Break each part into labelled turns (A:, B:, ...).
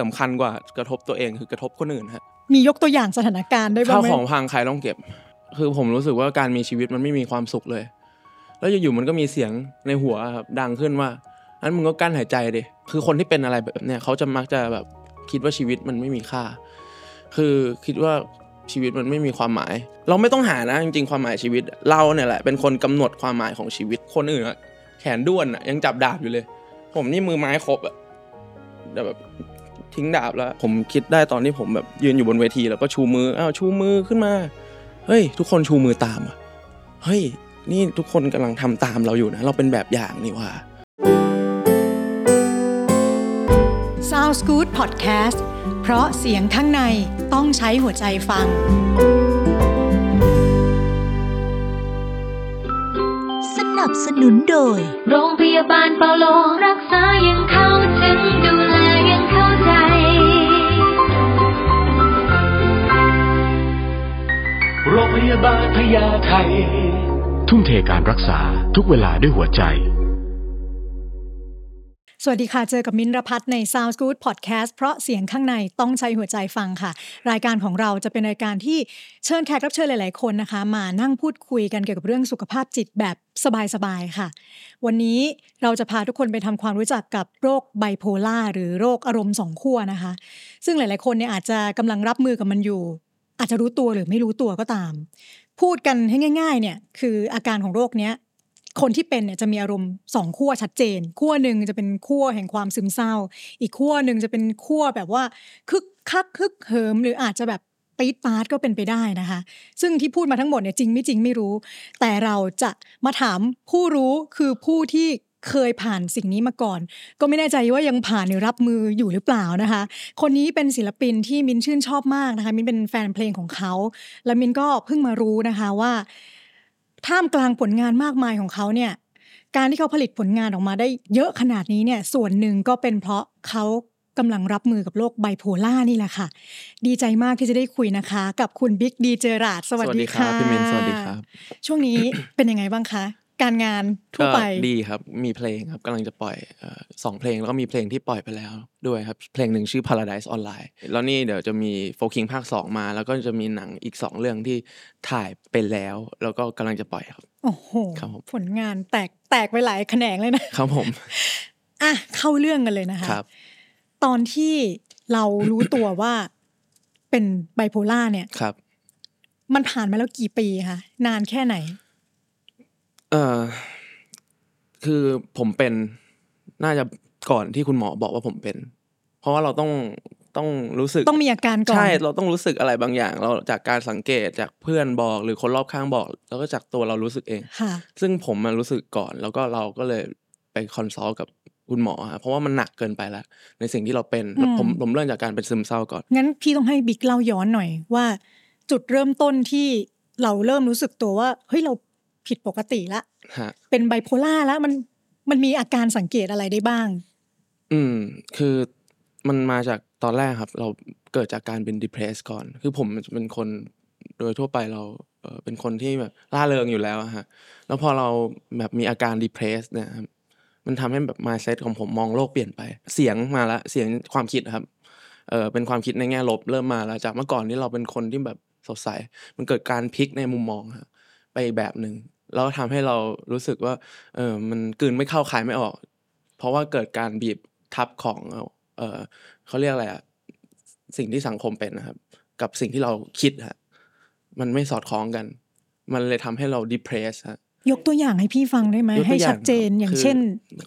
A: สำคัญกว่ากระทบตัวเองคือกระทบคนอื่นฮะ
B: มียกตัวอย่างสถานการณ์ได้บ้า
A: ข้าง ว
B: ไหม
A: ของพังใครต้องเก็บ คือผมรู้สึกว่าการมีชีวิตมันไม่มีความสุขเลย แล้วอยู่ๆมันก็มีเสียงในหัวครับดังขึ้นว่างั้นมึงก็กั้นหายใจดิ คือคนที่เป็นอะไรแบบเนี้ยเขาจะมักจะแบบคิดว่าชีวิตมันไม่มีค่า คือคิดว่าชีวิตมันไม่มีความหมาย เราไม่ต้องหานะจริงๆความหมายชีวิต เราเนี่ยแหละเป็นคนกำหนดความหมายของชีวิตคนอื่นอะแขนด้วนอะยังจับดาบอยู่เลย ผมนี่มือไม้ครบอะแต่แบบทิ้งดาบแล้ว ผมคิดได้ตอนที่ผมแบบยืนอยู่บนเวทีแล้วก็ชูมืออ้าวชูมือขึ้นมา เฮ้ย ทุกคนชูมือตามอะเฮ้ย นี่ทุกคนกำลังทำตามเราอยู่นะ เราเป็นแบบอย่างนี่หว่า
B: Sounds Good Podcast เพราะเสียงข้างในต้องใช้หัวใจฟัง
C: สนับสนุนโดย
D: โรงพยาบาลเปาโลรักษายังเข้าถึงดูแลยังเข้าใจ
E: โรงพยาบาลพญาไท
F: ทุ่มเทการรักษาทุกเวลาด้วยหัวใจ
B: สวัสดีค่ะ เจอกับมินท์รพัฒน์ใน Sounds Good Podcast เพราะเสียงข้างในต้องใช้หัวใจฟังค่ะ รายการของเราจะเป็นรายการที่เชิญแขกรับเชิญหลาย ๆ คนนะคะ มานั่งพูดคุยกันเกี่ยวกับเรื่องสุขภาพจิตแบบสบาย ๆ ค่ะ วันนี้เราจะพาทุกคนไปทำความรู้จักกับโรคไบโพล่าหรือโรคอารมณ์สองขั้วนะคะ ซึ่งหลาย ๆ คนเนี่ยอาจจะกำลังรับมือกับมันอยู่ อาจจะรู้ตัวหรือไม่รู้ตัวก็ตาม พูดกันให้ง่าย ๆ เนี่ยคืออาการของโรคเนี้ย คนที่เป็นเนี่ยจะมีอารมณ์สองขั้วชัดเจนขั้วหนึ่งจะเป็นขั้วแห่งความซึมเศร้า อีกขั้วหนึ่งจะเป็นขั้วแบบว่าคึกคักคึกเหิม หรืออาจจะแบบปี๊ดปาร์ตก็เป็นไปได้นะคะ ซึ่งที่พูดมาทั้งหมดเนี่ยจริงไม่จริงไม่รู้ แต่เราจะมาถามผู้รู้คือผู้ที่เคยผ่านสิ่งนี้มาก่อน ก็ไม่แน่ใจว่ายังผ่านหรือรับมืออยู่หรือเปล่านะคะ คนนี้เป็นศิลปินที่มินชื่นชอบมากนะคะมินเป็นแฟนเพลงของเขา และมินก็เพิ่งมารู้นะคะว่า ท่ามกลางผลงานมากมายของเขาเนี่ย การที่เขาผลิตผลงานออกมาได้เยอะขนาดนี้เนี่ย ส่วนหนึ่งก็เป็นเพราะเขากำลังรับมือกับโรคไบโพล่านี่แหละค่ะ ดีใจมากที่จะได้คุยนะคะ กับคุณบิ๊กดีเจอราดสวัสดีค่ะ
A: พี่เมนสวัสดีครับ
B: ช่วงนี้ เป็นยังไงบ้างคะ การงานทั่วไป
A: ก็ดีครับ มีเพลงครับกำลังจะปล่อยเอ่อสองเพลงแล้วก็มีเพลงที่ปล่อยไปแล้วด้วยครับ เพลงหนึ่งชื่อ Paradise Online แล้วนี่เดี๋ยวจะมีโฟกิงภาค 2 มา แล้วก็จะมีหนังอีก 2 เรื่องที่ถ่ายไปแล้ว แล้วก็กำลังจะปล่อยครับ
B: โอ้โห
A: ครับผม
B: ผลงานแตกแตกไปหลายแขนงเลยนะ
A: ครับผม
B: อ่ะ เข้าเรื่องกันเลยนะคะ
A: ครับ
B: ตอนที่เรารู้ตัวว่า เป็นไบโพล่าเนี่ย
A: ครับ
B: มันผ่านมาแล้วกี่ปีคะนานแค่ไหน
A: เออคือผมเป็นน่าจะก่อนที่คุณหมอบอกว่าผมเป็น เพราะว่าเราต้องต้องรู้สึก
B: ต้องมีอาการก่อน
A: ใช่ เราต้องรู้สึกอะไรบางอย่าง เราจากการสังเกตจากเพื่อนบอกหรือคนรอบข้างบอก แล้วก็จากตัวเรารู้สึกเอง
B: ค่ะ
A: ซึ่งผมมันรู้สึกก่อน แล้วก็เราก็เลยไปคอนซัลท์กับคุณหมอฮะเพราะว่ามันหนักเกินไปแล้ว ในสิ่งที่เราเป็น
B: อืม
A: ผมผมเริ่มจากการเป็นซึมเศร้าก่อน
B: งั้นพี่ต้องให้บิ๊กเล่าย้อนหน่อยว่า จุดเริ่มต้นที่เราเริ่มรู้สึกตัวว่าเฮ้ยเราผิดปกติละ
A: ฮะ
B: เป็นไบโพล่าแล้วมันมันมีอาการสังเกตอะไรได้บ้าง
A: อืมคือมันมาจากตอนแรกครับ เราเกิดจากการเป็น depressed ก่อน คือผมจะเป็นคนโดยทั่วไปเราเอ่อเป็นคนที่แบบล่าเริงอยู่แล้วอะฮะแล้วพอเราแบบมีอาการ depressed เนี่ยครับมันทำให้แบบ mindset ของผมมองโลกเปลี่ยนไป เสียงมาละเสียงความคิดครับเออเป็นความคิดในแง่ลบเริ่มมาแล้วจากเมื่อก่อนที่เราเป็นคนที่แบบสดใส มันเกิดการพลิกในมุมมองฮะไปอีกแบบหนึ่งแล้วทำให้เรารู้สึกว่า เออมันกลืนไม่เข้าคายไม่ออก เพราะว่าเกิดการบีบทับของ เอ่อเออเขาเรียกอะไรอะสิ่งที่สังคมเป็นนะครับ กับสิ่งที่เราคิดฮะมันไม่สอดคล้องกัน มันเลยทำให้เรา depress ฮะ
B: ยกตัวอย่างให้พี่ฟังได้ไหม
A: ยกตัว
B: ให้
A: อย่า
B: ชัด
A: ง
B: เจน
A: ครับ
B: อย่าง
A: คือ
B: เช่น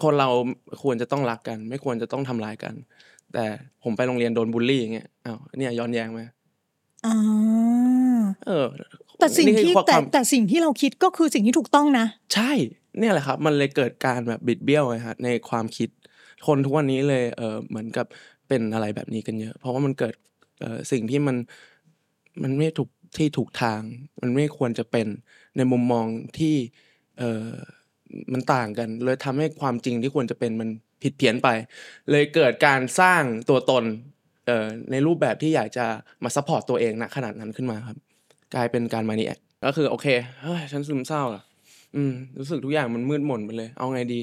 A: คนเราควรจะต้องรักกัน ไม่ควรจะต้องทำร้ายกัน แต่ผมไปโรงเรียนโดนบูลลี่อย่างเงี้ยอ้าวเนี่ยย้อนแย้งไหม
B: อ่า
A: เออ
B: แต่สิ่ง
A: นี่คือ
B: ที่
A: ความ
B: แต่แต่สิ่งที่เราคิดก็คือสิ่งที่ถูกต้องนะ
A: ใช่เนี่ยแหละครับ มันเลยเกิดการแบบบิดเบี้ยวไงฮะในความคิด คนทุกวันนี้เลยเออเหมือนกับเป็นอะไรแบบนี้กันเยอะ เพราะว่ามันเกิดเอ่อสิ่งที่มันมันไม่ถูกที่ถูกทาง มันไม่ควรจะเป็นในมุมมองที่เออมันต่างกัน เลยทำให้ความจริงที่ควรจะเป็นมันผิดเพี้ยนไป เลยเกิดการสร้างตัวตนเอ่อในรูปแบบที่อยากจะมาซัพพอร์ตตัวเองณขนาดนั้นขึ้นมาครับ กลายเป็นการมานีแอก็คือโอเคเฮ้ยฉันซึมเศร้าอะ อืมรู้สึกทุกอย่างมันมืดหม่นไปเลย เอาไงดี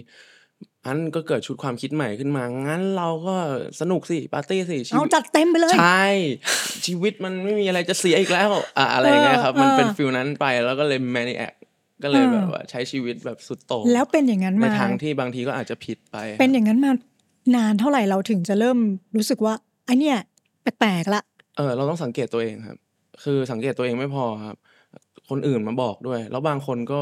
A: อันก็เกิดชุดความคิดใหม่ขึ้นมา งั้นเราก็สนุกสิปาร์ตี้สิชี
B: เอา
A: วิต
B: จัดเต็มไปเลย
A: ใช่ ชีวิตมันไม่มีอะไรจะเสียอีกแล้วอ่ะอะไรอย่างเงี้ยครับ
B: เออ
A: มันเป็น
B: เออ
A: ฟิลนั้นไปแล้วก็เลยแมนิแอคก็เลย
B: เออ
A: แบบว่าใช้ชีวิตแบบสุดโต่ง
B: แล้วเป็นอย่างนั้น
A: ใน
B: มา
A: ทางที่บางทีก็อาจจะผิดไป
B: เป็นอย่างนั้นมานานเท่าไหร่เราถึงจะเริ่มรู้สึกว่าไอเนี่ยแปลกๆละ
A: เออเราต้องสังเกตตัวเองครับ คือสังเกตตัวเองไม่พอครับ คนอื่นมาบอกด้วย แล้วบางคนก็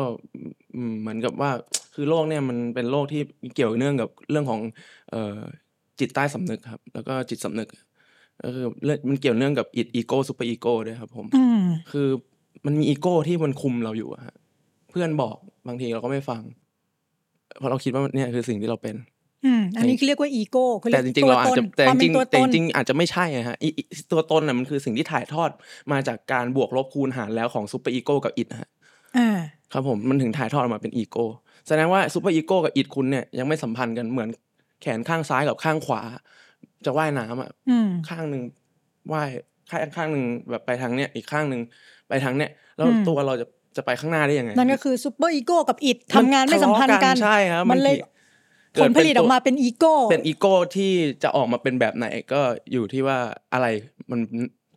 A: อืมเหมือนกับว่าคือโรคเนี่ยมันเป็นโรคที่เกี่ยวเนื่องกับเรื่องของเอ่อจิตใต้สำนึกครับ แล้วก็จิตสำนึกก็คือเรื่องมันเกี่ยวเนื่องกับอีโก้ซูเปอร์อีโก้ด้วยครับผม
B: อืม
A: คือมันมีอีโก้ที่มันคุมเราอยู่อะฮะเพื่อนบอกบางทีเราก็ไม่ฟังเพราะเราคิดว่าเนี่ยคือสิ่งที่เราเป็น
B: อืม อันนี้คือเรียกว่าอีโก้คือ
A: แต่จริงๆเราอาจจะแต่
B: ค
A: จ
B: วามเป็
A: ริ
B: น
A: ง
B: ตัว
A: ๆแต่
B: ต
A: จ
B: น
A: ริงๆอาจจะไม่ใช่อะฮะอีอีตัวตนน่ะมันคือสิ่งที่ถ่ายทอดมาจากการบวกลบคูณหารแล้วของซูเปอร์อีโก้กับอิดฮะ
B: อ่า
A: ครับผมมันถึงถ่ายทอดออกมาเป็นอีโก้แสดงว่าซูเปอร์อีโก้กับอิดคุณเนี่ยยังไม่สัมพันธ์กันเหมือนแขนข้างซ้ายกับข้างขวา จะว่ายน้ำอะ
B: อืม
A: ข้างหนึ่งว่ายข้างข้างหนึ่งแบบไปทางเนี้ยอีกข้างหนึ่งไปทางเนี้ยแล้ว
B: อืม
A: ตัวเราจะจะไปข้างหน้าได้ยังไง
B: นั่นก็คือซูเปอร์อีโก้กับอิดทำงานไม่สัมพันธ์กัน
A: ทะเลาะใช่ครับ
B: มันเลยผ
A: บางที
B: ลผลิตออกมาเป็นอีโก้
A: เป็นอีโก้ที่จะออกมาเป็นแบบไหนก็อยู่ที่ว่าอะไรมัน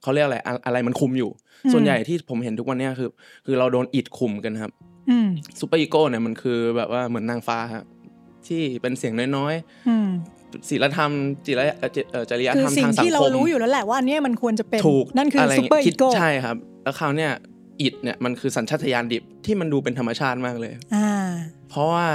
A: เขาเรียกอะไรอะอะไรมันคุมอยู่
B: อืม
A: ส่วนใหญ่ที่ผมเห็นทุกวันเนี้ยคือ คือเราโดนอิดคุมกันครับ
B: อืม
A: ซูเปอร์อีโก้เนี่ยมันคือแบบว่าเหมือนนางฟ้าครับที่เป็นเสียงน้อย
B: อืม
A: ๆศีลธรรมจิรยเอ่อจิเอ่อจริย
B: คื
A: ธ
B: อ
A: รรม
B: สิ่ง
A: ทางสังคม
B: ที่เรารู้อยู่แล้วแหละว่าอันเนี้ยมันควรจะเป็น
A: ถูก
B: นั่นคือะไร ซู
A: ย่าง
B: เปอร์
A: งี้ย
B: อีโก้
A: คิดใช่ครับ แล้วคราวเนี่ยอิดเนี่ยมันคือสัญชาตญาณดิบที่มันดูเป็นธรรมชาติมากเลย
B: อ่า
A: เพราะว่า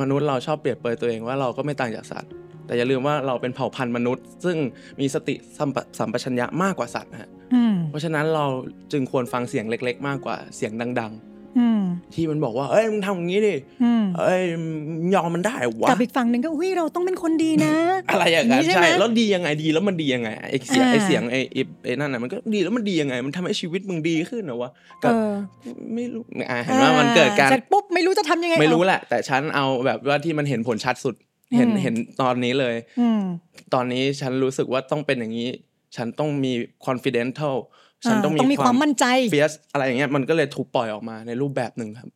A: มนุษย์เราชอบเปรียบเปรยตัวเองว่าเราก็ไม่ต่างจากสัตว์ แต่อย่าลืมว่าเราเป็นเผ่าพันธุ์มนุษย์ ซึ่งมีสติสัมปสัมปชัญญะมากกว่าสัตว์ฮะ
B: อืม
A: เพราะฉะนั้นเราจึงควรฟังเสียงเล็ก ๆ มากกว่าเสียงดัง
B: อืม
A: ๆ ที่มันบอกว่าเอ้ยมึงทำอย่างนี้ดิ
B: อืม
A: เอ้ยมึงยอมมันได้วะ
B: กับอีกฝั่งหนึ่งก็อุ้ยเราต้องเป็นคนดีนะ
A: อะไรอย่างนั้น
B: อย่างนี้ใช่
A: ใช่
B: ไหม
A: แล้วดียังไงดีแล้วมันดียังไงไอ้เสียง
B: อ่า
A: ไอ้เสียงไอ้ไอ้ไอ้นั่นน่ะมันก็ดีแล้วมันดียังไง มันทำให้ชีวิตมึงดีขึ้นเหรอวะกั
B: เอบ อ
A: ไม่รู้อ่าเห็นว่ามันเกิดการ
B: เสร็จปุ๊บไม่รู้จะทำยังไง
A: ไม่รู้
B: เอา
A: แหละ แต่ฉันเอาแบบว่าที่มันเห็นผลชัดสุด เห็น
B: อืม
A: เห็นตอนนี้เลย
B: อืม
A: ตอนนี้ฉันรู้สึกว่าต้องเป็นอย่างนี้ ฉันต้องมี confidential ฉัน
B: อ่า
A: ต้องมี
B: ต้องมีความมั่นใจ
A: เฟียสอะไรอย่างเงี้ยมันก็เลยถูกปล่อยออกมาในรูปแบบหนึ่งครับ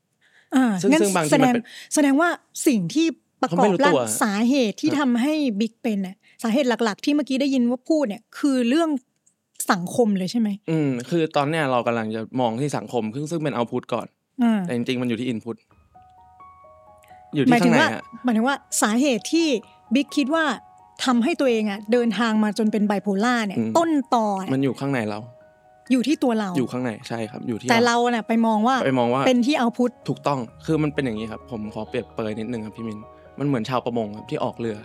B: อ่า
A: ซึ่ง
B: งั้น
A: ซึ่งบางที
B: แสด
A: มั
B: ง
A: นเป็น
B: แสดงว่าสิ่งที่ประก
A: เขา
B: อ
A: ไม่
B: บ
A: รู้
B: ร่า
A: ตั
B: ง
A: ว
B: สาเหตุ
A: ค
B: ที่
A: รับ
B: ทำให้บิ๊กเป็นน่ะสาเหตุหลัก ๆ ที่เมื่อกี้ได้ยินว่าพูดเนี่ย คือเรื่องสังคมเลยใช่ไหม
A: อืมคือตอนเนี้ยเรากำลังจะมองที่สังคม ซึ่งซึ่งเป็นเอาพุตก่อน
B: อ่า
A: แต่จริงๆ มันอยู่ที่อินพุตอยู่
B: หมา
A: ที่
B: ยถึ
A: ข้าง งใน
B: ว่า
A: ฮะ
B: หมายถึงว่าสาเหตุที่บิ๊กคิดว่าทำให้ตัวเองอ่ะเดินทางมาจนเป็นไบโพล่าเนี่ย
A: อืม
B: ต้นต่ออะ
A: มันอยู่ข้างในเรา
B: อยู่ที่ตัวเรา
A: อยู่ข้างในใช่ครับ อยู่ที่
B: แต่เราน่ะไปมองว่า
A: ไปมองว่า
B: เป็นที่เอาพุทธ
A: ถูกต้อง คือมันเป็นอย่างนี้ครับ ผมขอเปรียบเปรยนิดนึงครับพี่มิน มันเหมือนชาวประมงครับที่ออกเรือ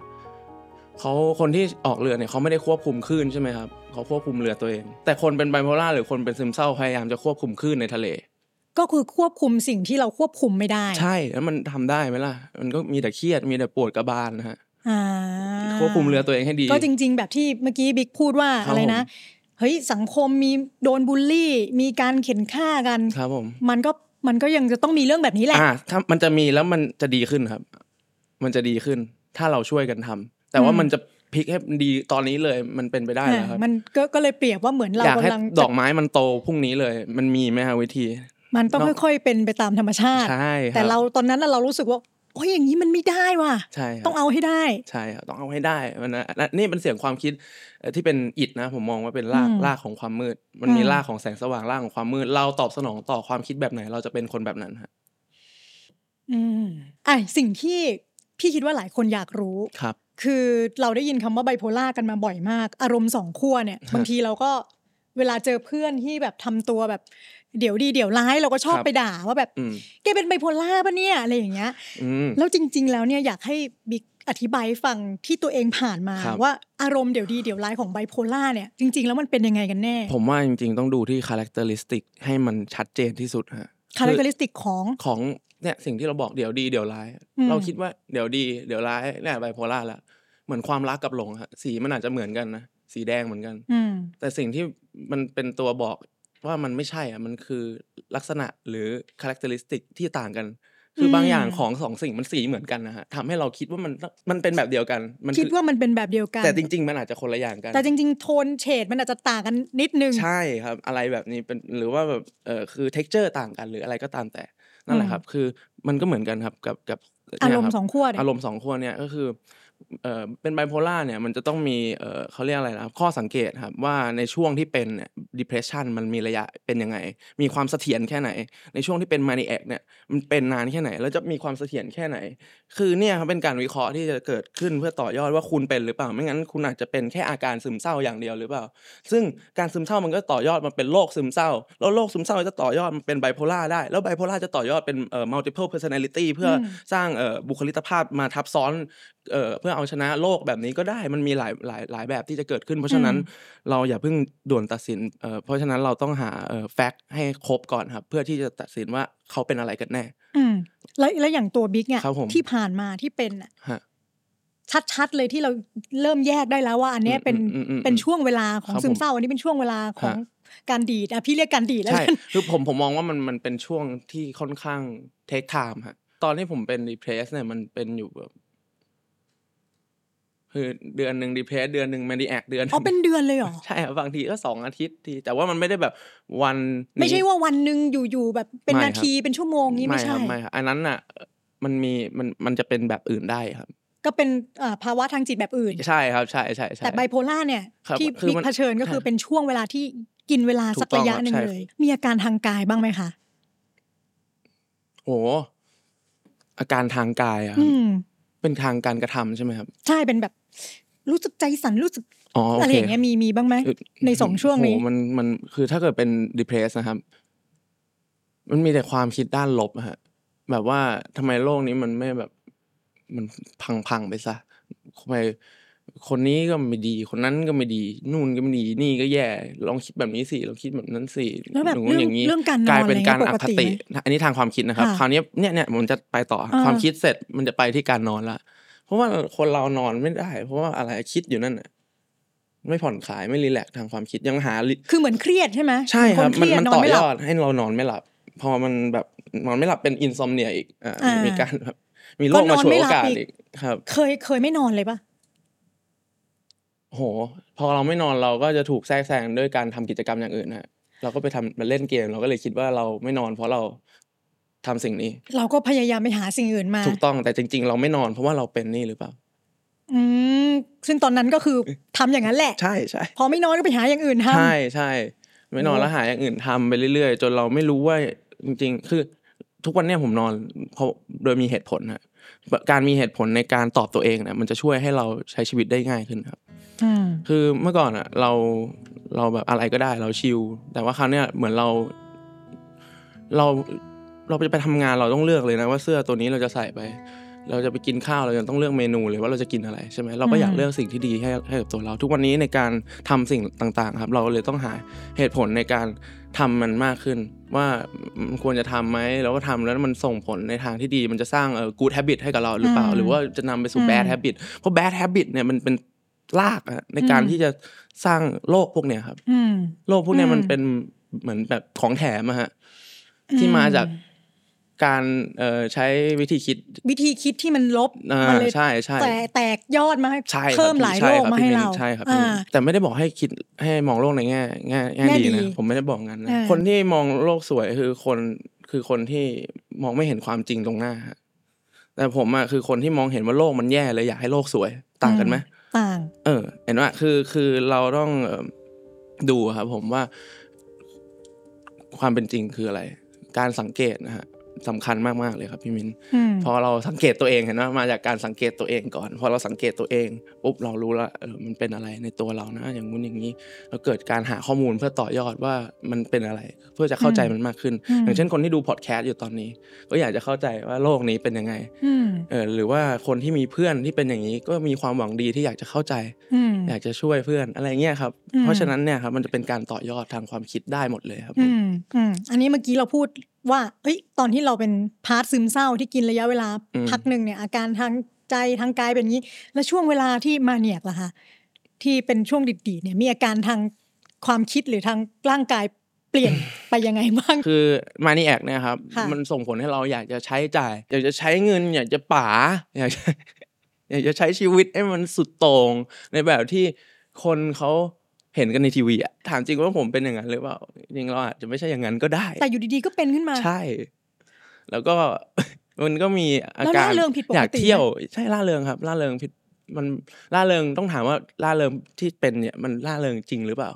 A: เขาคนที่ออกเรือเนี่ยเขาไม่ได้ควบคุมคลื่นใช่ไหมครับ เขาควบคุมเรือตัวเอง แต่คนเป็นไบโพล่าหรือคนเป็นซึมเศร้าพยายามจะควบคุมคลื่นในทะเล
B: ก็คือควบคุมสิ่งที่เราควบคุมไม่ได้
A: ใช่ แล้วมันทำได้ไหมล่ะ มันก็มีแต่เครียด มีแต่ปวดกระบาลนะฮะ
B: อ่า
A: ควบคุมเรือตัวเองให้ดี
B: ก็จริง ๆ แบบที่เมื่อกี้บิ๊กพูดว่า
A: ครับ
B: อะไรนะ
A: ผม
B: เฮ้ยสังคมมีโดนบูลลี่ มีการเข็นฆ่ากัน
A: ครับผม
B: มันก็มันก็ยังจะต้องมีเรื่องแบบนี้แหละ
A: อ่าถ้ามันจะมีแล้วมันจะดีขึ้นครับ มันจะดีขึ้น ถ้าเราช่วยกันทำ แต่ว่า
B: อืม
A: มันจะพลิกให้มันดีตอนนี้เลย มันเป็นไปได้เหรอครับ
B: มันก็ก็เลยเปรียบว่าเหมือนเรา
A: อยากให้
B: กำลัง
A: ดอกไม้มันโตพรุ่งนี้เลย มันมีไหมฮะวิธี
B: มันต้อง
A: เนอะ
B: ค่อย ๆ เป็นไปตามธรรมชาติ
A: ใช่คบ
B: แต่เราตอนนั้นน่ะเรารู้สึกว่าโอ้ยอย่างนี้มันไม่ได้ว่ะ
A: ใช่ครับ
B: ต้องเอาให้ได้
A: ใช่ครับต้องเอาให้ได้มันนะนะนี่เป็นเสียงความคิดเอ่อที่เป็นอิดนะ ผมมองว่าเป็นราก
B: อืม
A: รากของความมืด มันมี
B: อืม
A: รากของแสงสว่างรากของความมืด เราตอบสนองต่อความคิดแบบไหน เราจะเป็นคนแบบนั้นฮะ
B: อืมอ่ะสิ่งที่พี่คิดว่าหลายคนอยากรู้
A: ครับ
B: คือเราได้ยินคำว่าไบโพล่ากันมาบ่อยมาก อารมณ์สองขั้วเนี่ย
A: ฮะ
B: บางทีเราก็เวลาเจอเพื่อนที่แบบทำตัวแบบเดี๋ยวดีเดี๋ยวร้ายเราก็ชอบ
A: ครับ
B: ไปด่าว่าแบบ
A: อืม
B: แกเป็นไบโพล่าปะเนี่ยอะไรอย่างเงี้ย
A: อืม
B: แล้วจริง ๆ แล้วเนี่ยอยากให้บิ๊กอธิบายให้ฟังที่ตัวเองผ่านมา
A: ครับ
B: ว่าอารมณ์เดี๋ยวดีเดี๋ยวร้ายของไบโพล่าเนี่ยจริง ๆ แล้วมันเป็นยังไงกันแน่
A: ผมว่าจริงๆ ต้องดูที่คาแรคเตอริสติกให้มันชัดเจนที่สุดฮะ
B: คาแรคเตอริสติกของ
A: ของเนี่ยสิ่งที่เราบอกเดี๋ยวดีเดี๋ยวร้าย
B: อืม
A: เราคิดว่าเดี๋ยวดีเดี๋ยวร้ายเนี่ยไบโพล่าละเหมือนความรักกับหลงฮะสีมันอาจจะเหมือนกันนะสีแดงเหมือนกัน
B: อืม
A: แต่สิ่งที่มันเป็นตัวบอกว่ามันไม่ใช่อ่ะมันคือลักษณะหรือคาแรคเตอริสติกที่ต่างกัน คืออ
B: ม
A: บางอย่างของสองสิ่งมันสีเหมือนกันนะฮะทำให้เราคิดว่ามันมันเป็นแบบเดียวกันมันอ
B: คิดว่ามันเป็นแบบเดียวกัน
A: แต่จริง ๆ มันอาจจะคนละอย่างกัน
B: แต่จริง ๆ โทนเฉดมันอาจจะต่างกันนิดนึง
A: ใช่ครับ อะไรแบบนี้เป็นหรือว่าแบบเออคือ texture ต่างกันหรืออะไรก็ตามแต่ นั่นแหละครับ คือมันก็เหมือนกันครับกับกับเนี่ยคบ
B: อารมณ์สองขั้วเนี่ย
A: อารมณ์สองขั้วเนี่ยก็คือเอ่อเป็นไบโพล่าเนี่ยมันจะต้องมีเอ่อเขาเรียกอะไรนะครับข้อสังเกตครับว่าในช่วงที่เป็นเนี่ย depression มันมีระยะเป็นยังไง มีความเสถียรแค่ไหน ในช่วงที่เป็น maniac เนี่ยมันเป็นนานแค่ไหน แล้วจะมีความเสถียรแค่ไหน คือเนี่ยครับเป็นการวิเคราะห์ที่จะเกิดขึ้นเพื่อต่อยอดว่าคุณเป็นหรือเปล่าไม่งั้นคุณอาจจะเป็นแค่อาการซึมเศร้าอย่างเดียวหรือเปล่า ซึ่งการซึมเศร้ามันก็ต่อยอดมาเป็นโรคซึมเศร้า แล้วโรคซึมเศร้าจะต่อยอดมาเป็นไบโพล่าได้ แล้วไบโพล่าจะต่อยอดเป็นเอ่อ multiple personality เพื่ออ
B: ม
A: สร้างเอ่อบุคลิกภาพมาทับซ้อนเอ่อเพื่อเอาชนะโรคแบบนี้ก็ได้ มันมีหลายหลายหลายแบบที่จะเกิดขึ้น เพราะฉะนั้นเราอย่าเพิ่งด่วนตัดสินเอ่อเพราะฉะนั้นเราต้องหาเอ่อแฟกต์ให้ครบก่อนครับ เพื่อที่จะตัดสินว่าเขาเป็นอะไรกันแน่
B: อืมแล้วแล้วอย่างตัวบิ๊กเนี่ย
A: ครับผม
B: ที่ผ่านมาที่เป็นน่ะ
A: ฮะ
B: ชัดๆเลยที่เราเริ่มแยกได้แล้วว่า อันเนี้ยเป็น
A: อืมอืมอืม
B: เป็นช่วงเวลาขอ
A: ค
B: ง
A: รับ
B: ซึมเศร้าอันนี้เป็นช่วงเวลาของ
A: ฮะ
B: การดีดอ่ะพี่เรียกการดีดแล้ว
A: ใช่
B: กัน
A: คือผมผมมองว่ามันมันเป็นช่วงที่ค่อนข้างเทคไทม์ฮะ ตอนที่ผมเป็นดีเพรสเนี่ยมันเป็นอยู่แบบคือเดือนหนึ่งดีเพรสเดือนหนึ่งแมนดีแอคเดือนหง
B: อ๋อเป็นเดือนเลยเหรอ
A: ใช่ครับบางทีก็สองอาทิตย์ที แต่ว่ามันไม่ได้แบบวันนี้
B: ไม่ใช่ว่าวันหนึ่งอยู่ๆแบบเป็น
A: ไม่
B: นา
A: ครับ
B: ทีเป็นชั่วโมงนี้ไม่
A: ค
B: ใช่
A: รับไม่ครับอันนั้นอ่ะ มันมีมันมันจะเป็นแบบอื่นได้ครับ
B: ก็เป็นเอ่อภาวะทางจิตแบบอื่น
A: ใช่ครับ ใช่ใช่ใช่
B: แต่ไบโพล่าเนี่ย
A: ครับ
B: ที่
A: คือ
B: บิ๊ก
A: มัน
B: เผชิญก็คือ
A: ใช่
B: เป็นช่วงเวลาที่กินเวลาสัก
A: ถูกต้
B: ระ
A: อง
B: ยะ
A: ครับ
B: หนึ่ง
A: ใช่
B: เลย มีอาการทางกายบ้างไหมคะ
A: โห อาการทางกายอะครับ
B: อืม
A: เป็นทางการกระทำใช่ไหมครับ
B: ใช่เป็นแบบรู้สึกใจสั่นรู้สึก
A: อ๋อโอ
B: อะไร
A: เค
B: อย่างเงี้ยมีมีบ้างไหม ในสองช่วงนี้
A: โหมันมันคือถ้าเกิดเป็น depressed นะครับ มันมีแต่ความคิดด้านลบอะฮะ แบบว่าทำไมโลกนี้มันไม่แบบ มันพังพังๆไปซะทำไมคนนี้ก็ไม่ดี คนนั้นก็ไม่ดี นู่นก็ไม่ดี นี่ก็แย่ ลองคิดแบบนี้สิลองคิดแบบนั้นสิ
B: แล้วแบบ
A: หนู
B: เรื่อง
A: อย่างนี้
B: เรื่องการนอน
A: กลายเป็นการอ
B: อะไรเงี้ยปก
A: ค
B: ติ
A: ติ อันนี้ทางความคิดนะครับ
B: ค่ะ
A: คราวนี้เนี่ยเนี่ยมันจะไปต่อ
B: อ่า
A: ความคิดเสร็จมันจะไปที่การนอนละ เพราะว่าคนเรานอนไม่ได้ เพราะว่าอะไรคิดอยู่นั่นน่ะ ไม่ผ่อนคลายไม่รีแลกซ์ทางความคิดยังหาลิ
B: คือเหมือนเครียดใช่ไหม
A: ใช่ครับ
B: เค
A: มัน
B: รียด
A: มัน
B: นอน
A: ต่อ
B: ไม่ห
A: ย
B: ลับ
A: อดให้เรานอนไม่หลับ พอมันแบบนอนไม่หลับเป็นอินซอมเนียอีกอ่า
B: อ่ามี
A: มีการแบบมีโรคมา
B: ก็นอน
A: ฉวย
B: ไม่
A: โอ
B: หลับ
A: กาส
B: อีก
A: อีกครับ
B: เคยเคยไม่นอนเลยปะ
A: โห พอเราไม่นอนเราก็จะถูกแทรกแซงด้วยการทำกิจกรรมอย่างอื่นฮะเราก็ไปทำมาเล่นเกม เราก็เลยคิดว่าเราไม่นอน เพราะเราทำสิ่งนี้
B: เราก็พยายามไปหาสิ่งอื่นมา
A: ถูกต้องแต่จริง ๆ เราไม่นอนเพราะว่าเราเป็นนี่หรือเปล่า
B: อืมซึ่งตอนนั้นก็คือทำอย่างนั้นแหละ
A: ใช่ใช่
B: พอไม่นอนก็ไปหาอย่างอื่นทำ
A: ใช่ใช่ไม่นอน
B: โอ้
A: แล้วหาอย่างอื่นทำไปเรื่อยๆ จนเราไม่รู้ว่าจริง ๆ คือทุกวันเนี้ยผมนอนเพราะโดยมีเหตุผลฮะการมีเหตุผลในการตอบตัวเองเนี่ยมันจะช่วยให้เราใช้ชีวิตได้ง่ายขึ้นครับ
B: อืม
A: คือเมื่อก่อนอะเราเราแบบอะไรก็ได้เราชิลแต่ว่าคราวเนี้ยเหมือนเรา เราเราจะไปทำงานเราต้องเลือกเลยนะว่าเสื้อตัวนี้เราจะใส่ไป เราจะไปกินข้าวเรายังต้องเลือกเมนูเลยว่าเราจะกินอะไรใช่ไหมเราก็อยาก
B: อืม
A: เลือกสิ่งที่ดีให้ให้กับตัวเรา ทุกวันนี้ในการทำสิ่งต่าง ๆ ครับ เราเลยต้องหาเหตุผลในการทำมันมากขึ้น ว่ามันควรจะทำไหมแล้วก็ทำแล้วมันส่งผลในทางที่ดี มันจะสร้างเอ่อ good habit ให้กับเราหรือเปล่า หรือว่าจะนำไปสู่ bad habit เพราะ bad habit เนี่ยมันเป็นลากอะในการ
B: อืม
A: ที่จะสร้างโรคพวกเนี้ยครับ
B: อืม
A: โรคพวกเนี้ย
B: อืม
A: มันเป็นเหมือนแบบของแถมอะฮะ
B: อืม
A: ที่มาจากการเอ่อใช้วิธีคิด
B: วิธีคิดที่มันลบ
A: อ่า
B: มันเลย
A: ใช่ใช่
B: แต่แตกยอดมาให้
A: ใช่คบ
B: เพิ่มหลายโรคมาให้
A: พี่น
B: เรา
A: ใช่ครับ
B: อ่า
A: แต่ไม่ได้บอกให้คิดให้มองโลกในแง่แง่แง่
B: แง่
A: ดี
B: ดี
A: นะผมไม่ได้บอกงั้นนะ
B: อ่า
A: คนที่มองโลกสวยคือคนคือคนที่มองไม่เห็นความจริงตรงหน้าฮะแต่ผมอะคือคนที่มองเห็นว่าโลกมันแย่เลยอยากให้โลกสวยต่างกันไหม
B: ต่าง
A: เออเห็นว่าคือคือเราต้องเอิ่มดูอะครับผมว่าความเป็นจริงคืออะไร การสังเกตนะฮะสำคัญมาก ๆ เลยครับพี่มิน
B: อืม
A: พอเราสังเกตตัวเองเห็นว่ามาจากการสังเกตตัวเองก่อนพอเราสังเกตตัวเองปุ๊บเรารู้ละเออมันเป็นอะไรในตัวเรานะ อย่างนู้นอย่างนี้เราเกิดการหาข้อมูลเพื่อต่อยอดว่ามันเป็นอะไร เพื่อจะเข้าใจมันมากขึ้น
B: อืม
A: อย่างเช่นคนที่ดูพอดแคสต์อยู่ตอนนี้ ก็อยากจะเข้าใจว่าโลกนี้เป็นยังไง
B: อืม
A: เออหรือว่าคนที่มีเพื่อนที่เป็นอย่างนี้ ก็มีความหวังดีที่อยากจะเข้าใจ
B: อืม
A: อยากจะช่วยเพื่อนอะไรเงี้ยครับ
B: อืม
A: เพราะฉะนั้นเนี่ยครับมันจะเป็นการต่อยอดทางความคิดได้หมดเลยครับ
B: อืมอืมอันนี้เมื่อกี้เราพูดว่า เอ้ย ตอนที่เราเป็นพาร์ทซึมเศร้าที่กินระยะเวลา
A: อืม
B: พักหนึ่งเนี่ย อาการทางใจทางกายเป็นอย่างนี้ แล้วช่วงเวลาที่มาเนียกล่ะคะที่เป็นช่วงดิดๆเนี่ย มีอาการทางความคิดหรือทางร่างกายเป ลี่ยน ไปยังไงบ้าง
A: คือมานี่แอกเนี่ยครับ
B: ค่ะ
A: มันส่งผลให้เราอยากจะใช้จ่าย อยากจะใช้เงิน อยากจะป๋าอยากจะ อยากจะใช้ชีวิตให้มันสุดโต่งในแบบที่คนเขาเห็นกันในทีวีอะถามจริงว่าผมเป็นอย่างนั้นหรือเปล่าจริงๆเราอาจจะไม่ใช่อย่างนั้นก็ได้
B: แต่อยู่ดีๆก็เป็นขึ้นมา
A: ใช่ แล้วก็ มันก็มีอา
B: แล้ว
A: การ
B: ล่าเริงผิดปกติไหม
A: อยากเที่ยวใช่ล่าเริงครับล่าเริงผิดมันล่าเริงต้องถามว่าล่าเริงที่เป็นเนี่ยมันล่าเริงจริงหรือเปล่า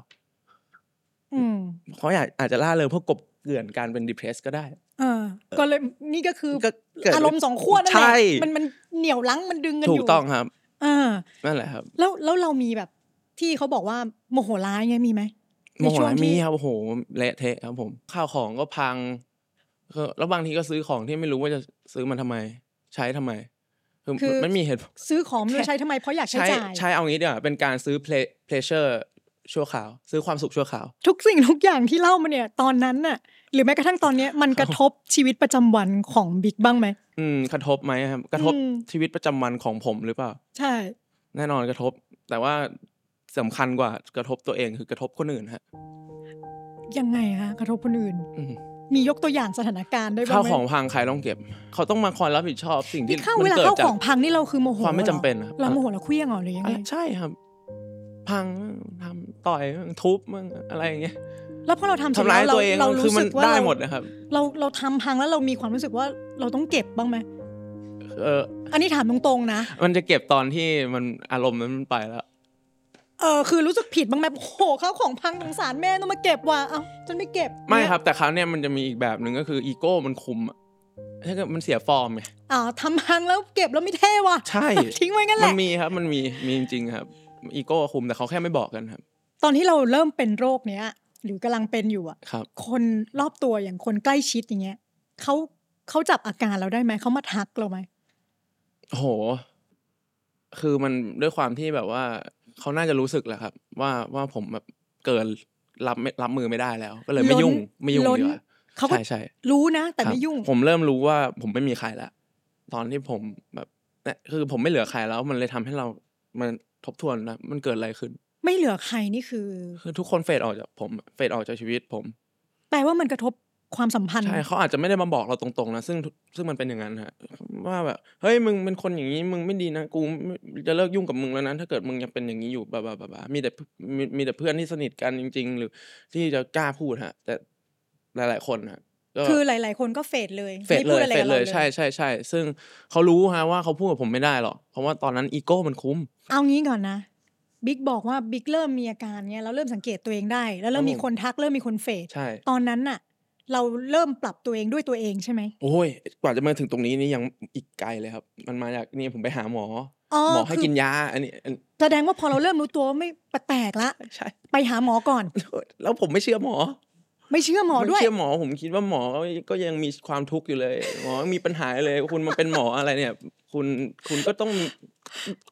B: อืม
A: เขาอยากอาจจะล่าเริงเพื่อกลบเกลื่อนการเป็นดิเพรสก็ได้
B: เออก็เลยนี่ก็คือ
A: ก็เกิด
B: อารมณ์สองขั้วนั่นแห
A: ใช่
B: ละมันมันเหนี่ยวลังมันดึงกัน
A: ถู
B: อก ยู่
A: ต้องครับ
B: เออ
A: นั่นแหละครับ
B: แล้วแล้วเรามีแบบที่เขาบอกว่าโมโหร้ายไงมีไหม
A: โม
B: ใน
A: โห
B: ช่วง
A: ร้ายมี
B: ที่
A: ครับโอ้โหเละเทะครับผม ข้าวของก็พังก็แล้วบางทีก็ซื้อของที่ไม่รู้ว่าจะซื้อมันทำไม ใช้ทำไมคือไม่มีเหตุผล
B: ซื้อของไม่รู้ใช้ทำไมเพราะอยากใช้
A: ใช้
B: จ่าย
A: ใช้เอางี้ดีกว่าเป็นการซื้อเพลเชอร์ชั่วคราว ซื้อความสุขชั่วคราว
B: ทุกสิ่งทุกอย่างที่เล่ามาเนี่ย ตอนนั้นน่ะ หรือแม้กระทั่งตอนเนี้ยมันกระทบชีวิตประจำวันของบิ๊กบ้างไหม
A: อืมกระทบไหมครับ กระทบ
B: อืม
A: ชีวิตประจำวันของผมหรือเปล่า
B: ใช่
A: แน่นอนกระทบ แต่ว่าสำคัญกว่ากระทบตัวเองคือกระทบคนอื่นฮะ
B: ยังไงคะกระทบคนอื่น
A: อืม
B: มียกตัวอย่างสถานการณ์ได้บ้าง
A: ข้าว
B: ไหม
A: ของพังใครต้องเก็บ เขาต้องมาคอยรับผิดชอบสิ่งที่
B: นี่เข้า
A: มั
B: เวน ลา
A: เกิด
B: เข้า
A: จา
B: ข
A: ก
B: องพังนี่เราคือโมโห
A: ความไม่
B: หอ
A: จำเป็นครับ
B: เราโมโหเราเคลี้ยงเหรอหรือยัง
A: อ่ะ
B: ไง
A: ใช่ครับ พังทำต่อยทุบมั่งอะไรอย่างเงี้ย
B: แล้วพอเราทำเสร็จ
A: ทำร้าย
B: แล้วเรา
A: ตัวเอง
B: เรา
A: คือ
B: รู้
A: มั
B: สึ
A: น
B: กว่า
A: ได้
B: เรา
A: หมดนะครับ
B: เราเราทำพังแล้วเรามีความรู้สึกว่าเราต้องเก็บบ้างไหม
A: เออ
B: อันนี้ถามตรงๆนะ
A: มันจะเก็บตอนที่มันอารมณ์นั้นมันไปแล้ว
B: เออคือรู้สึกผิดบ้างไหมโอ้โหข้าวของพังสงสารแม่ต้องมาเก็บว่ะเอ้าฉันไม่เก็บ
A: ไม่
B: เนี่ย
A: ครับแต่คราวเนี้ยมันจะมีอีกแบบหนึ่งก็คืออีโก้มันคุมอะถ้าเกิดมันเสียฟอร์มไง
B: อ่าทำพังแล้วเก็บแล้วไม่เท่ว่ะ
A: ใช่
B: ทิ้งไว้งั้นแห
A: มั
B: ละ
A: นมีครับมันมีมีจริงๆครับอีโก้คุมแต่เขาแค่ไม่บอกกันครับ
B: ตอนที่เราเริ่มเป็นโรคเนี้ย หรือกำลังเป็นอยู่อ่ะ
A: ครับ
B: คนรอบตัวอย่างคนใกล้ชิดอย่างเงี้ยเขาเขาจับอาการเราได้ไหมเขามาทักเราไหม
A: โอ้โห คือมันด้วยความที่แบบว่าเขาน่าจะรู้สึกแหละครับ ว่าว่าผมแบบเกินรับไม่รับมือไม่ได้แล้ว ก็เลยไม่ยุ่งไม่ยุ่ง
B: ล้น
A: ดีกว่า
B: เขาก็
A: ใช่ใช่
B: รู้นะ แต่
A: ครับ
B: ไม่ยุ่ง
A: ผมเริ่มรู้ว่าผมไม่มีใครละตอนที่ผมแบบเนี่ยคือผมไม่เหลือใครแล้ว มันเลยทำให้เรามันทบทวนนะมันเกิดอะไรขึ้น
B: ไม่เหลือใครนี่คือ
A: คือทุกคนเฟดออกจากผมเฟดออกจากชีวิตผม
B: แปลว่ามันกระทบความสัมพันธ์
A: ใช่เขาอาจจะไม่ได้มาบอกเราตรงๆนะซึ่งซึ่งมันเป็นอย่างนั้นฮะว่าแบบเฮ้ยมึงเป็นคนอย่างนี้มึงไม่ดีนะกูไม่จะเลิกยุ่งกับมึงแล้วนะถ้าเกิดมึงยังเป็นอย่างนี้อยู่บาบาบาบามีแต่มีมีแต่เพื่อนที่สนิทกันจริง ๆ หรือที่จะกล้าพูดฮะ แต่หลายๆคนฮะก็
B: คือหลาย ๆ คนก็เฟดเลย
A: เฟดเล
B: ไม่พูด
A: ย
B: อะไร
A: เฟ
B: กั
A: ด
B: บ
A: เล
B: เรา
A: ยใช่ใช่ใช่ซึ่งเขารู้ฮะว่าเขาพูดกับผมไม่ได้หรอกเพราะว่าตอนนั้นอีโก้มันคุ้ม
B: เอางี้ก่อนนะบิ๊กบอกว่าบิ๊กเริ่มมีอาการเนี้ยเราเริ่มสังเกตตัวเองได้ แล้วเริ่ม
A: ครับผม
B: มีคนทักเริ่มมีคนเฟด
A: ใช่
B: ตอนนั้นน่ะ เราเริ่มปรับตัวเองด้วยตัวเองใช่ไหม
A: โอ้ยกว่าจะมาถึงตรงนี้นี่ยังอีกไกลเลยครับ มันมาจากนี่ผมไปหาหมอ
B: อ๋อ
A: หมอให้
B: คือ
A: กินยาอันนี้อัน
B: แสดงว่าพอเราเริ่มรู้ตัวว่าไม่แปลกละ
A: ใช่
B: ไปหาหมอก่อน
A: แล้วผมไม่เชื่อหมอ
B: ไม่เชื่อหมอด้วย
A: ไเชื่อหมอผมคิดว่าหมอก็ยังมีความทุกข์อยู่เลย หมอมีปัญหาอยู่เลย คุณมาเป็นหมออะไรเนี่ย คุณคุณก็ต้อง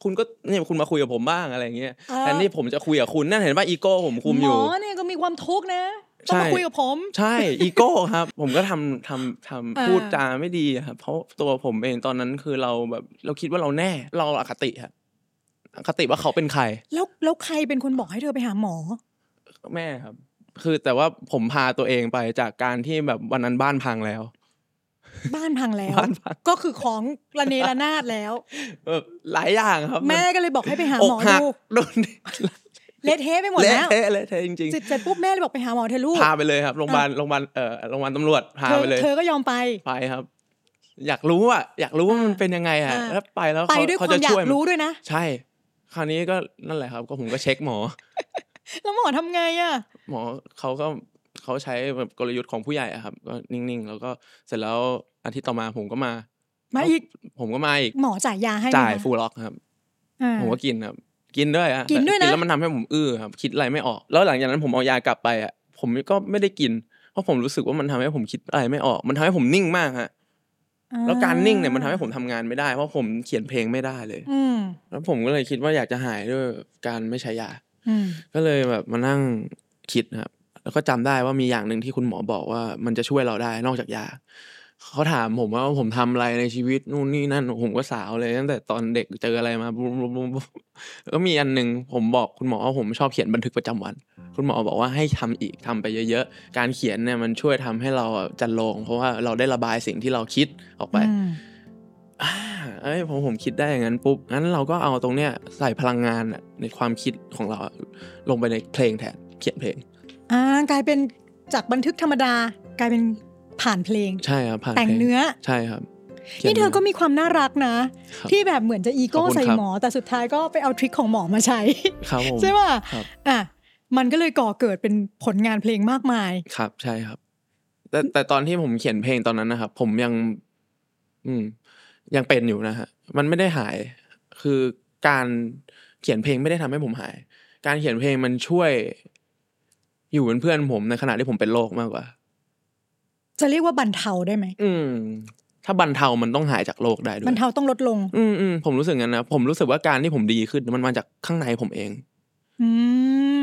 A: คุณก็เนี่ยคุณมาคุยกับผมบ้างอะไรอย่างเงี้ย
B: เออ
A: แทนที่ผมจะคุยกับคุณนั่นเห็นป่ะอีโก้ผมคุมอ
B: หม
A: ยู่
B: อเนี่ยก็มีความทุกข์นะต้องมา
A: ใช่
B: คุยกับผม
A: ใช่อีโก้ครับ ผมก็ทำทำทำ
B: อ่า
A: พูดจาไม่ดีครับเพราะตัวผมเองตอนนั้นคือเราแบบเราคิดว่าเราแน่ เราอคติครับอคติว่าเขาเป็นใคร
B: แล้วแล้วใครเป็นคนบอกให้เธอไปหาหมอ
A: แม่ครับ คือแต่ว่าผมพาตัวเองไปจากการที่แบบวันนั้นบ้านพังแล้ว
B: บ้านพังแล้ว
A: บ้านพัง
B: ก็คือของระเนระนาดแล้ว
A: แบบหลายอย่างครับน
B: แม่ก็เลยบอกให้ไปหาหมอดู
A: โดน
B: เละเทะไปหมด
A: เละ
B: แล้ว
A: เทะเละเทะจริง
B: เสร็จเสร็จปุ๊บแม่เลยบอกไปหาหมอเธอะลูก
A: ๆ พาไปเลยครับโรงพยาบาลโรงพยาบาลเอ่อโรงพยาบาลตำรวจพา
B: เธอ
A: ไปเลย
B: เธอก็ยอมไป
A: ไปครับ อยากรู้อ่ะอยากรู้ว่ามันเป็นยังไงอ่ะ
B: อ่า
A: แล้วไปแล้ว
B: ไป
A: เข
B: ด้วยค
A: เข
B: วาม
A: จะ
B: อยา
A: ช่
B: ก
A: วไหม
B: รู้ด้วยนะ
A: ใช่ คราวนี้ก็นั่นแหละครับ ก็ผมก็เช็คหมอ
B: แล้วหมอทำไงอ่ะ
A: หมอเขาก็เขาใช้แบบกลยุทธ์ของผู้ใหญ่อะครับ ก็นิ่งๆ แล้วก็เสร็จแล้วอาทิตย์ต่อมาผมก็มา
B: มา
A: เอ้า
B: อีก
A: ผมก็มาอีก
B: หมอจ่ายยาให้ไหม
A: จ่าย
B: คะ
A: ฟูล็อกครับ
B: อ่า
A: ผมก็กินครับ กินด้วยอะ
B: กินด้วยนะ
A: กินแล้วมันทำให้ผมอื้อครับคิดอะไรไม่ออก แล้วหลังจากนั้นผมเอายากลับไปอะผมก็ไม่ได้กิน เพราะผมรู้สึกว่ามันทำให้ผมคิดอะไรไม่ออก มันทำให้ผมนิ่งมากฮะแล้วการนิ่งเนี่ยมันทำให้ผมทำงานไม่ได้ เพราะผมเขียนเพลงไม่ได้เลย
B: อืม
A: แล้วผมก็เลยคิดว่าอยากจะหายด้วยการไม่ใช้ยา
B: อืม
A: ก็เลยแบบมานั่งคิดนะครับ แล้วก็จำได้ว่ามีอย่างหนึ่งที่คุณหมอบอกว่ามันจะช่วยเราได้นอกจากยา เขาถามผมว่าผมทำอะไรในชีวิตนู่นนี่นั่นผมก็สาวเลยตั้งแต่ตอนเด็กเจออะไรมาบุมบุมบุมบุมแล้วก็มีอันหนึ่งผมบอกคุณหมอว่าผมชอบเขียนบันทึกประจำวัน คุณหมอบอกว่าให้ทำอีกทำไปเยอะๆ การเขียนเนี่ยมันช่วยทำให้เราอ่ะจันลง เพราะว่าเราได้ระบายสิ่งที่เราคิดออกไป
B: อืม
A: อ่าเอ้ยผมผมคิดได้อย่างนั้นปุ๊บ งั้นเราก็เอาตรงเนี้ยใส่พลังงานน่ะในความคิดของเราอะลงไปในเพลงแทน เขียนเพลง
B: อ่ากลายเป็นจากบันทึกธรรมดา กลายเป็น ผ่านเพลง
A: ใช่ครับผ่าน
B: แต่ง
A: พล
B: เนื้อ
A: ใช่ครับขีย
B: นี่เธอก็มีความน่ารักนะ
A: ครับ
B: ที่แบบเหมือนจะอี
A: ข
B: โก้
A: อบคุณ
B: ใส่
A: ครับ
B: หมอ แต่สุดท้ายก็ไปเอาทริคของหมอมาใช้
A: ครับผม
B: ใช่ป่ะ
A: ครับ
B: อ่ะมันก็เลยก่อเกิดเป็นผลงานเพลงมากมาย
A: ครับใช่ครับ แต่แต่ตอนที่ผมเขียนเพลงตอนนั้นนะครับ ผมยัง อืม ยังเป็นอยู่นะฮะมันไม่ได้หาย คือการเขียนเพลงไม่ได้ทำให้ผมหาย การเขียนเพลงมันช่วย อยู่เป็นเพื่อนผมในขณะที่ผมเป็นโรคมากกว่า
B: จะเรียกว่าบรรเทาได้ไหม
A: อืม ถ้าบรรเทามันต้องหายจากโรคได้ด้วย
B: บรรเทาต้องลดลง
A: อืมอืมผมรู้สึกงั้นนะผมรู้สึกว่าการที่ผมดีขึ้น มันมาจากข้างในผมเอง
B: อื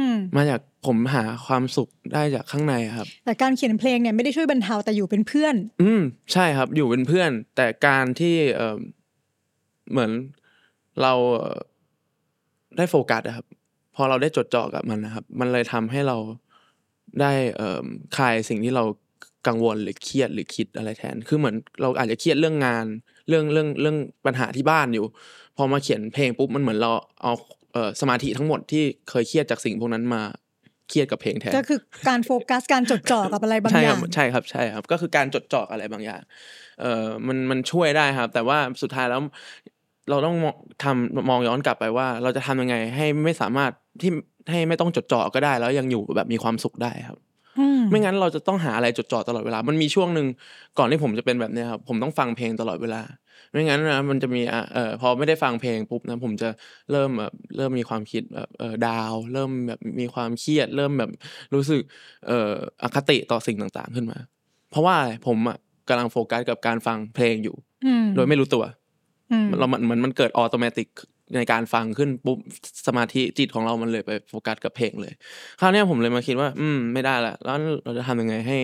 B: ม
A: มาจากผมหาความสุขได้จากข้างในอะครับ
B: แต่การเขียนเพลงเนี่ยไม่ได้ช่วยบรรเทาแต่อยู่เป็นเพื่อน
A: อืมใช่ครับ อยู่เป็นเพื่อน แต่การที่เอ่อเหมือนเราเอ่อได้โฟกัสอะครับ พอเราได้จดจ่อกับมันนะครับ มันเลยทำให้เราได้เอ่อคลายสิ่งที่เรากังวลหรือเครียดหรือคิดอะไรแทน คือเหมือนเราอาจจะเครียดเรื่องงาน เรื่องเรื่องเรื่องปัญหาที่บ้านอยู่ พอมาเขียนเพลงปุ๊บมันเหมือนเราเอาเอ่อสมาธิทั้งหมดที่เคยเครียดจากสิ่งพวกนั้นมาเครียดกับเพลงแทน
B: ก็คือการโฟกัสการจดจ่อกับอะไรบาง
A: ใช่
B: อ
A: ครั
B: ย่า
A: บ
B: ง
A: ใช่ครับใช่ครับ ก็คือการจดจ่ออะไรบางอย่าง เอ่อมันมันช่วยได้ครับ แต่ว่าสุดท้ายแล้วเราต้องมองทำมองย้อนกลับไปว่า เราจะทำยังไงให้ไม่สามารถที่ให้ไม่ต้องจดจ่อก็ได้ แล้วยังอยู่แบบมีความสุขได้ครับ
B: อืม
A: ไม่งั้นเราจะต้องหาอะไรจดจ่อตลอดเวลา มันมีช่วงหนึ่งก่อนที่ผมจะเป็นแบบเนี้ยครับ ผมต้องฟังเพลงตลอดเวลา ไม่งั้นนะมันจะมีอ่ะเออพอไม่ได้ฟังเพลงปุ๊บนะผมจะเริ่มแบบเริ่มมีความคิดแบบเออดาว เริ่มแบบมีความเครียด เริ่มแบบรู้สึกเอ่ออคติต่อสิ่งต่างๆขึ้นมา เพราะว่าอะไรผมอ่ะกำลังโฟกัสกับการฟังเพลงอยู่
B: อืม
A: โดยไม่รู้ตัว
B: อืม
A: เรามันมันมันเกิดออโตเมติกในการฟังขึ้นปุ๊บสมาธิจิตของเรามันเลยไปโฟกัสกับเพลงเลย คราวเนี้ยผมเลยมาคิดว่า อืม ไม่ได้ละแล้วเราจะทำยังไงให้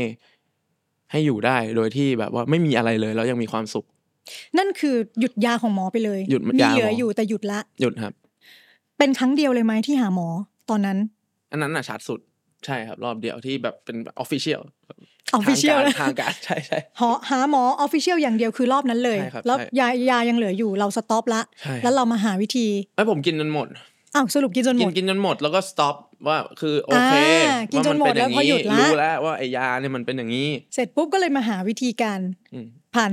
A: ให้อยู่ได้โดยที่แบบว่าไม่มีอะไรเลยแล้วยังมีความสุข
B: นั่นคือหยุดยาของหมอไปเลย
A: หยุด
B: มี
A: ยา
B: เหลือ
A: หมอ
B: อ
A: อ
B: ยู่แต่หยุดละ
A: หยุดครับ
B: เป็นครั้งเดียวเลยไหมที่หาหมอตอนนั้น
A: อันนั้นน่ะชัดสุดใช่ครับ รอบเดียวที่แบบเป็นออฟฟิเชียล
B: ออฟฟิเชียลเลย
A: ทางการใช่ใช่
B: หอหาหมอออฟฟิเชียลอย่างเดียวคือรอบนั้นเลย
A: ใช่ครับ
B: แล้ว
A: ใช่
B: ยายายังเหลืออยู่เราสต็อปละ
A: ใช่
B: แล้วเรามาหาวิธี
A: ไอ้ยผมกินจนหมด
B: อ้าวสรุปกินจนห
A: กิ
B: ม
A: น
B: ด
A: กินจนหมดแล้วก็สต็อปว่าคือโอเค
B: อ่ากิน
A: ว่า
B: จน
A: มั
B: หมด
A: เป็นอย่าง
B: แล้วพอหยุ
A: นี้
B: ดละ
A: รู้แล้วว่าไอ้ยาเนี่ยมันเป็นอย่างนี้
B: เสร็จปุ๊บก็เลยมาหาวิธีการ
A: อืม
B: ผ่าน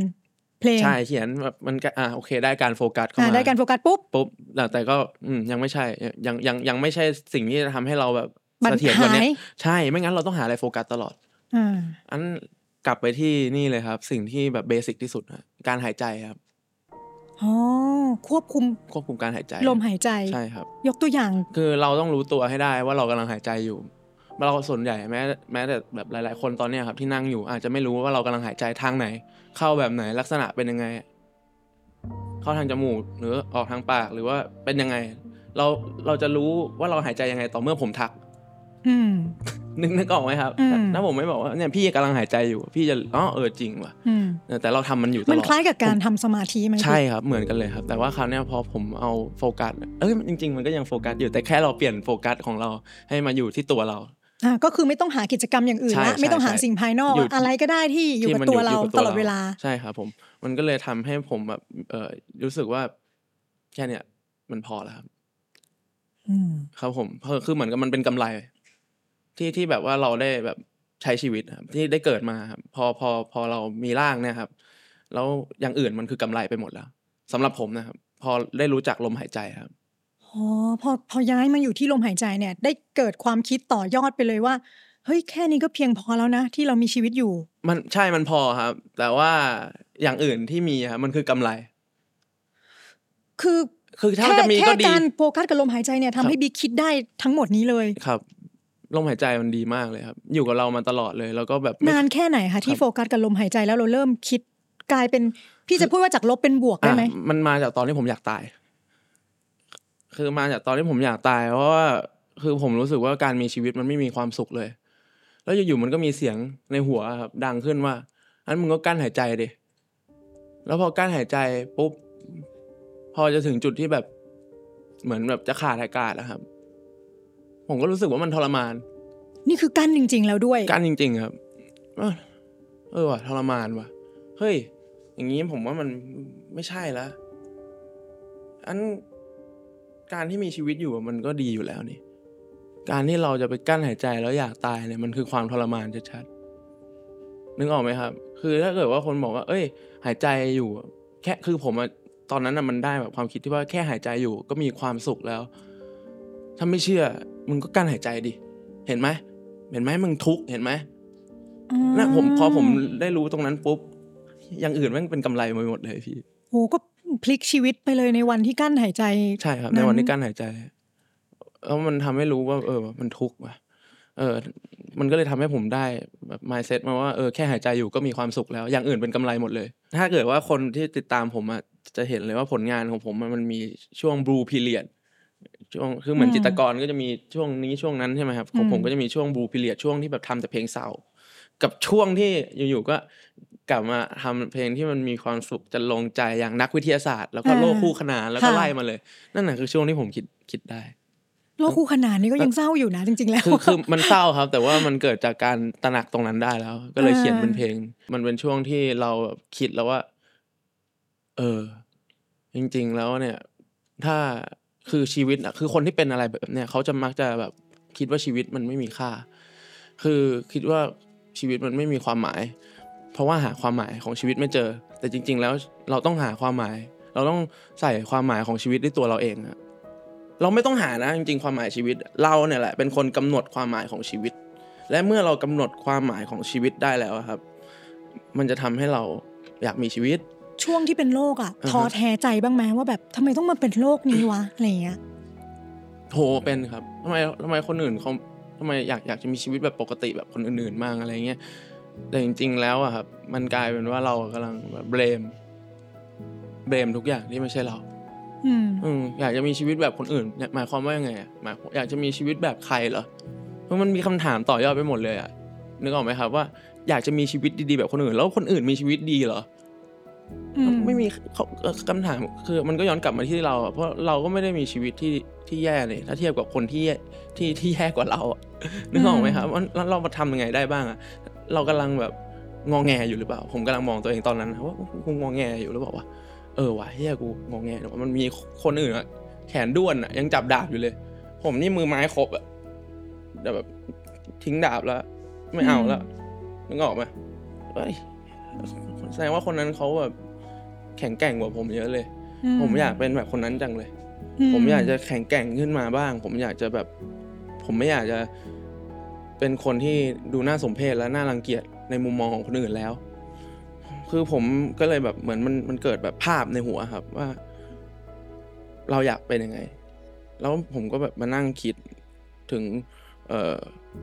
B: เพลง
A: ใช่เขียนแบบมันก็อ่าโอเค ได้การโฟกัสเข้า
B: อ่า
A: มา
B: ได้การโฟกัสปุ๊บ
A: ปุ๊บแต่แต่ก็อืมยังไม่ใช่ยังยังยังไม่ใช่สิ่งที่จะทำให้เราแบบ
B: มัน
A: เสถียรกว่าเนี้
B: หาย
A: ยใช่ไม่งั้นเราต้องหาอะไรโฟกัสตลอด
B: อ่า
A: อันกลับไปที่นี่เลยครับ สิ่งที่แบบเบสิกที่สุดฮะการหายใจครับ
B: อ๋อควบคุม
A: ควบคุมการหายใจ
B: ลมหายใจ
A: ใช่ครับ
B: ยกตัวอย่าง
A: คือเราต้องรู้ตัวให้ได้ว่าเรากำลังหายใจอยู่ เราส่วนใหญ่แม้แม้แต่แบบหลาย ๆ คนตอนเนี้ยครับที่นั่งอยู่อาจจะไม่รู้ว่าเรากำลังหายใจทางไหน เข้าแบบไหนลักษณะเป็นยังไง เข้าทางจมูกหรือออกทางปากหรือว่าเป็นยังไง เราเราจะรู้ว่าเราหายใจยังไงต่อเมื่อผมทัก
B: อืม
A: นึกนึกออกไหมครับ
B: อืม
A: ถ้าผมไม่บอกว่าเนี่ยพี่กำลังหายใจอยู่ พี่จะอ๋อเออจริงว่ะ
B: อืม
A: เออแต่เราทำมันอยู่ตลอด
B: มันคล้ายกับการทำสมาธิไหมพี่
A: ใช่ครับเหมือนกันเลยครับ แต่ว่าคราวเนี้ยพอผมเอาโฟกัสเอ้ยจริง ๆ มันก็ยังโฟกัสอยู่แต่แค่เราเปลี่ยนโฟกัสของเราให้มาอยู่ที่ตัวเรา
B: อ่าก็คือไม่ต้องหากิจกรรมอย่างอื่น
A: ใช่
B: ละ
A: ใช่
B: ไม่ต้องหา
A: ใช่
B: สิ่งภายนอก
A: อยู่
B: อะอะไรก็ได้ที่อยู่กับ
A: ที่มัน
B: ตัวเรา
A: กับ
B: ตลอดเวลา
A: ใช่ครับผม มันก็เลยทำให้ผมแบบเออรู้สึกว่าแค่เนี้ยมันพอแล้วครับ
B: อืม
A: ครับผมเพราะคือเหมือนกับมันเป็นกำไร ที่ที่แบบว่าเราได้แบบใช้ชีวิตครับ ที่ได้เกิดมาครับพอพอพอเรามีร่างเนี่ยครับ แล้วอย่างอื่นมันคือกำไรไปหมดแล้วสำหรับผมนะครับ พอได้รู้จักลมหายใจครับ
B: อ๋อพอพอย้ายมาอยู่ที่ลมหายใจเนี่ย ได้เกิดความคิดต่อยอดไปเลยว่า เฮ้ยแค่นี้ก็เพียงพอแล้วนะที่เรามีชีวิตอยู่
A: มันใช่มันพอครับ แต่ว่าอย่างอื่นที่มีครับมันคือกำไร
B: คือ
A: คือถ้า
B: แค่
A: มันจะมี
B: แค่
A: ก็ดี
B: การโฟกัสกับลมหายใจเนี่ยทำให้
A: ครับ
B: บิ๊กคิดได้ทั้งหมดนี้เลย
A: ครับลมหายใจมันดีมากเลยครับ อยู่กับเรามาตลอดเลย แล้วก็แบบไม่
B: นานแค่ไหนคะที่
A: ครับ
B: โฟกัสกับลมหายใจแล้วเราเริ่มคิดกลายเป็นพี่จะพูดว่าจากลบเป็นบวกได้ไหม
A: อ่ะมันมาจากตอนที่ผมอยากตาย คือมาจากตอนที่ผมอยากตายเพราะว่าคือผมรู้สึกว่าการมีชีวิตมันไม่มีความสุขเลย แล้วอยู่ๆมันก็มีเสียงในหัวครับ ดังขึ้นว่าอันมึงก็กั้นหายใจดิแล้วพอกั้นหายใจปุ๊บพอจะถึงจุดที่แบบ เหมือนแบบจะขาดอากาศนะครับ ผมก็รู้สึกว่ามันทรมาน
B: นี่คือกั้นจริง ๆ แล้วด้วย
A: การจริงๆครับเออเออว่ะทรมานว่ะ เฮ้ย อย่างนี้ผมว่ามันไม่ใช่ละอันการที่มีชีวิตอยู่อะมันก็ดีอยู่แล้วนี่ การที่เราจะไปกั้นหายใจแล้วอยากตายเนี่ยมันคือความทรมานชัดๆ นึกออกไหมครับ คือถ้าเกิดว่าคนบอกว่า เอ้ย หายใจอยู่อะแค่คือผมอะตอนนั้นอะมันได้แบบความคิดที่ว่าแค่หายใจอยู่ก็มีความสุขแล้ว ถ้าไม่เชื่อมึงก็กั้นหายใจดิเห็นไหมเห็นไหมมึงทุกข์เห็นไหม
B: อื
A: นะผมพอผมได้รู้ตรงนั้นปุ๊บอย่างอื่นแม่งเป็นกำไรไปหมดเลยพี่
B: โหก็พลิกชีวิตไปเลยในวันที่กั้นหายใจ
A: ใช่ครับ
B: นั้
A: ใน
B: น
A: วันที่กั้นหายใจแล้วมันทำให้รู้ว่า เออ มันทุกข์ว่ะเออ มันก็เลยทำให้ผมได้แบบ mindset มาว่าเออแค่หายใจอยู่ก็มีความสุขแล้ว อย่างอื่นเป็นกำไรหมดเลย ถ้าเกิดว่าคนที่ติดตามผมอ่ะจะเห็นเลยว่าผลงานของผมอะมันมีช่วง blue period ช่วงคือเหมือน
B: อืม
A: จิตรกรก็จะมีช่วงนี้ช่วงนั้นใช่ไหมครับของผม
B: อืม
A: ก็จะมีช่วง blue period ช่วงที่แบบทำแต่เพลงเศร้า กับช่วงที่อยู่ๆก็กลับมาทำเพลงที่มันมีความสุขจะลงใจอย่างนักวิทยาศาสตร์ แล้วก็โลกคู่ขนานแล้วก็
B: ค่ะ
A: ไล่มาเลย นั่นแหะคือช่วงที่ผมคิดคิดได้
B: โลกคู่ขนานนี้ก็ยังเศร้าอยู่นะจริง ๆ แล้ว
A: คือคือมันเศร้าครับ แต่ว่ามันเกิดจากการตระหนักตรงนั้นได้แล้ว ก็เลยเขียนเป็นเพลง มันเป็นช่วงที่เราคิดแล้วว่า เออ จริง ๆ แล้วเนี่ย ถ้าคือชีวิตอะคือคนที่เป็นอะไรแบบเนี้ยเขาจะมักจะแบบคิดว่าชีวิตมันไม่มีค่า คือคิดว่าชีวิตมันไม่มีความหมาย เพราะว่าหาความหมายของชีวิตไม่เจอ แต่จริง ๆ แล้วเราต้องหาความหมาย เราต้องใส่ความหมายของชีวิตด้วยตัวเราเองอะ เราไม่ต้องหานะจริงๆความหมายชีวิต เราเนี่ยแหละเป็นคนกำหนดความหมายของชีวิต และเมื่อเรากำหนดความหมายของชีวิตได้แล้วอะครับ มันจะทำให้เราอยากมีชีวิต
B: ช่วงที่เป็นโรคอ่ะ
A: อ่าฮะ
B: ท้อแท้ใจบ้างไหมว่าแบบทำไมต้องมาเป็นโรคนี้วะอะไรอย่างเงี้ย
A: โหเป็นครับทำไมทำไมคนอื่นเขาทำไมอยากอยากจะมีชีวิตแบบปกติแบบคนอื่นๆมากอะไรเงี้ยแต่จริง ๆ แล้วอะครับ มันกลายเป็นว่าเรากำลังแบบเบรมเบรมทุกอย่างที่ไม่ใช่เรา
B: อืม
A: อืมอยากจะมีชีวิตแบบคนอื่นเนี่ยหมายความว่ายังไงอะหมายอยากจะมีชีวิตแบบใครเหรอเพราะมันมีคำถามต่อยอดไปหมดเลยอะนึกออกไหมครับว่าอยากจะมีชีวิตดีๆแบบคนอื่น แล้วคนอื่นมีชีวิตดีเหรอ
B: อืม
A: ไม่มีเขาเอ่อคำถามคือ มันก็ย้อนกลับมาที่เราอะเพราะเราก็ไม่ได้มีชีวิตที่ที่แย่เลยถ้าเทียบกับคนที่ที่ที่แย่กว่าเราอะนึกออกไหมครับว่าแล้วเรามาทำยังไงได้บ้างอะเรากำลังแบบงอแงอยู่หรือเปล่า ผมกำลังมองตัวเองตอนนั้นนะว่ากูงอแงอยู่หรือเปล่าวะ เออว่ะเฮียกูงงแงเนอะมันมีคนอื่นอะแขนด้วนอะยังจับดาบอยู่เลย ผมนี่มือไม้ครบอะแต่แบบทิ้งดาบแล้ว ไม่เอาแล้วนึกออกไหมเฮ้ยแสดงว่าคนนั้นเขาแบบแข็งแกร่งกว่าผมเยอะเลย ผมอยากเป็นแบบคนนั้นจังเลย ผมอยากจะแข็งแกร่งขึ้นมาบ้าง ผมอยากจะแบบ ผมไม่อยากจะ เป็นคนที่ดูน่าสมเพชและน่ารังเกียจในมุมมองของคนอื่นแล้ว คือผมก็เลยแบบเหมือนมันมันเกิดแบบภาพในหัวครับว่า เราอยากเป็นยังไง แล้วผมก็แบบมานั่งคิดถึงเออ